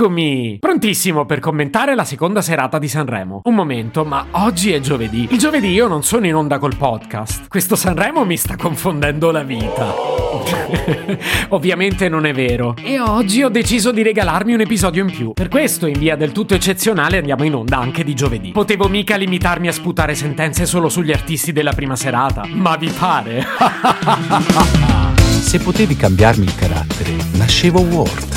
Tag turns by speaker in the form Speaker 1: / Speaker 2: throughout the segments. Speaker 1: Eccomi! Prontissimo per commentare la seconda serata di Sanremo. Un momento, ma oggi è giovedì. Il giovedì io non sono in onda col podcast. Questo Sanremo mi sta confondendo la vita. Ovviamente non è vero. E oggi ho deciso di regalarmi un episodio in più. Per questo, in via del tutto eccezionale, andiamo in onda anche di giovedì. Potevo mica limitarmi a sputare sentenze solo sugli artisti della prima serata. Ma vi pare?
Speaker 2: Se potevi cambiarmi il carattere, nascevo Word.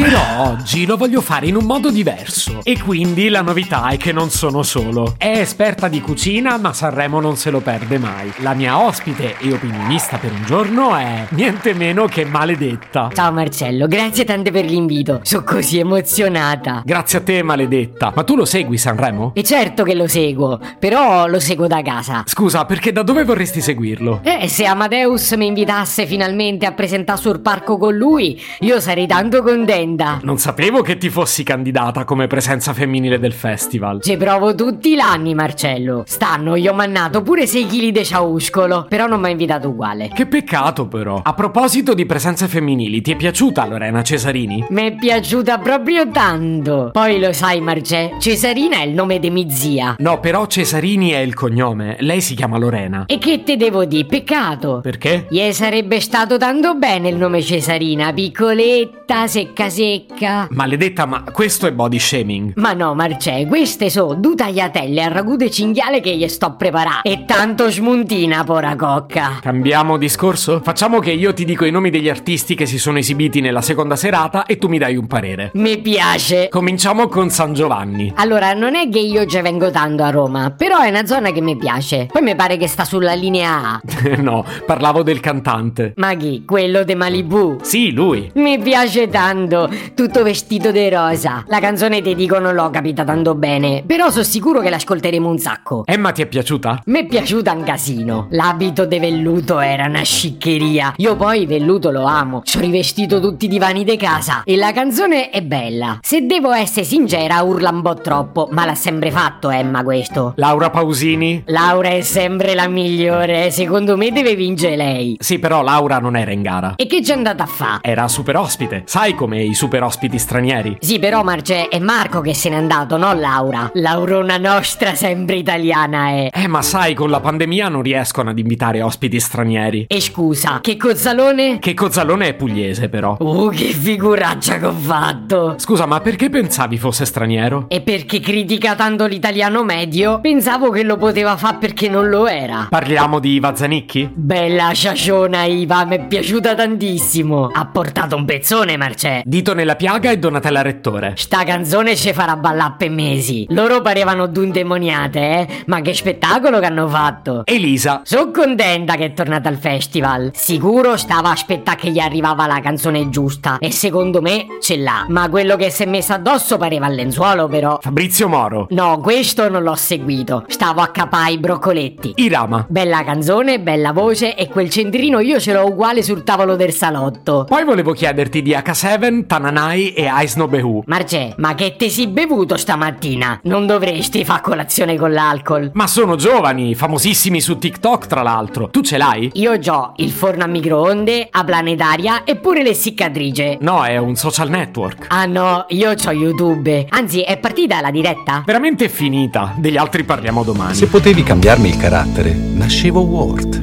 Speaker 1: Però oggi lo voglio fare in un modo diverso. E quindi la novità è che non sono solo. È esperta di cucina, ma Sanremo non se lo perde mai. La mia ospite e opinionista per un giorno è niente meno che maledetta.
Speaker 3: Ciao Marcello, grazie tante per l'invito. Sono così emozionata.
Speaker 1: Grazie a te, maledetta. Ma tu lo segui Sanremo?
Speaker 3: E certo che lo seguo, però lo seguo da casa.
Speaker 1: Scusa, perché da dove vorresti seguirlo?
Speaker 3: Eh, se Amadeus mi invitasse finalmente a presentare sul parco con lui, io sarei tanto contenta.
Speaker 1: Non sapevo che ti fossi candidata come presenza femminile del festival.
Speaker 3: Ci provo tutti l'anni, Marcello. Stanno, io ho mannato pure 6 kg di ciauscolo, però non mi ha invitato uguale.
Speaker 1: Che peccato però. A proposito di presenze femminili, ti è piaciuta Lorena Cesarini?
Speaker 3: Mi è piaciuta proprio tanto. Poi lo sai, Marcè, Cesarina è il nome di mia zia.
Speaker 1: No, però Cesarini è il cognome. Lei si chiama Lorena.
Speaker 3: E che te devo dire, peccato.
Speaker 1: Perché?
Speaker 3: Gli sarebbe stato tanto bene il nome Cesarina, piccoletta, secca secca.
Speaker 1: Maledetta, ma questo è body shaming.
Speaker 3: Ma no, Marcè, queste sono due tagliatelle al ragù di cinghiale che gli sto preparando. E tanto smuntina, pora cocca.
Speaker 1: Cambiamo discorso? Facciamo che io ti dico i nomi degli artisti che si sono esibiti nella seconda serata e tu mi dai un parere.
Speaker 3: Mi piace.
Speaker 1: Cominciamo con San Giovanni.
Speaker 3: Allora, non è che io già vengo tanto a Roma, però è una zona che mi piace. Poi mi pare che sta sulla linea A.
Speaker 1: no, parlavo del cantante.
Speaker 3: Ma chi? Quello di Malibu.
Speaker 1: Sì, lui.
Speaker 3: Mi piace tanto, tutto vestito di rosa. La canzone te dico non l'ho capita tanto bene, però sono sicuro che l'ascolteremo un sacco.
Speaker 1: Emma ti è piaciuta?
Speaker 3: Mi è piaciuta un casino. L'abito di velluto era una sciccheria. Io poi velluto lo amo. Ci ho rivestito tutti i divani di casa. E la canzone è bella. Se devo essere sincera, urla un po' troppo, ma l'ha sempre fatto Emma questo.
Speaker 1: Laura Pausini?
Speaker 3: Laura è sempre la migliore. Secondo me deve vincere lei.
Speaker 1: Sì, però Laura non era in gara.
Speaker 3: E che c'è andata a fa?
Speaker 1: Era super ospite. Sai come i super ospiti stranieri?
Speaker 3: Sì, però Marce è Marco che se n'è andato, non Laura. Laurona nostra, sempre italiana è.
Speaker 1: Eh, ma sai, con la pandemia non riescono ad invitare ospiti stranieri.
Speaker 3: E scusa, che cozzalone?
Speaker 1: Che Cozzalone è pugliese, però.
Speaker 3: Oh, che figuraccia che ho fatto!
Speaker 1: Scusa, ma perché pensavi fosse straniero?
Speaker 3: E perché critica tanto l'italiano medio, pensavo che lo poteva fare perché non lo era.
Speaker 1: Parliamo di Iva Zanicchi?
Speaker 3: Bella sciasciona Iva, mi è piaciuta tantissimo. Ha portato un pezzone, Marcè.
Speaker 1: Dito nella piaga e Donatella Rettore.
Speaker 3: Sta canzone ci farà ballare per mesi. Loro parevano d'un demoniate, eh? Ma che spettacolo che hanno fatto!
Speaker 1: Elisa.
Speaker 3: Sono contenta che è tornata al festival. Sicuro stava a aspettare che gli arrivava la canzone giusta. E secondo me ce l'ha. Ma quello che si è messo addosso pareva al lenzuolo, però.
Speaker 1: Fabrizio Moro.
Speaker 3: No, questo non l'ho seguito. Stavo a capare i broccoletti.
Speaker 1: Irama.
Speaker 3: Bella canzone, bella voce e quel centrino io ce l'ho uguale sul tavolo del salotto.
Speaker 1: Poi volevo chiederti di H7, Tananai e Aisno Behu.
Speaker 3: Marcè, ma che te sei bevuto stamattina? Non dovresti far colazione con l'alcol.
Speaker 1: Ma sono giovani, famosissimi su TikTok tra l'altro. Tu ce l'hai?
Speaker 3: Io già il forno a microonde, a planetaria e pure l'essiccatrice.
Speaker 1: No, è un social network.
Speaker 3: Ah no, io ho YouTube. Anzi, è partita la diretta?
Speaker 1: Veramente finita. Degli altri parliamo domani.
Speaker 2: Se potevi cambiarmi il carattere, nascevo Word.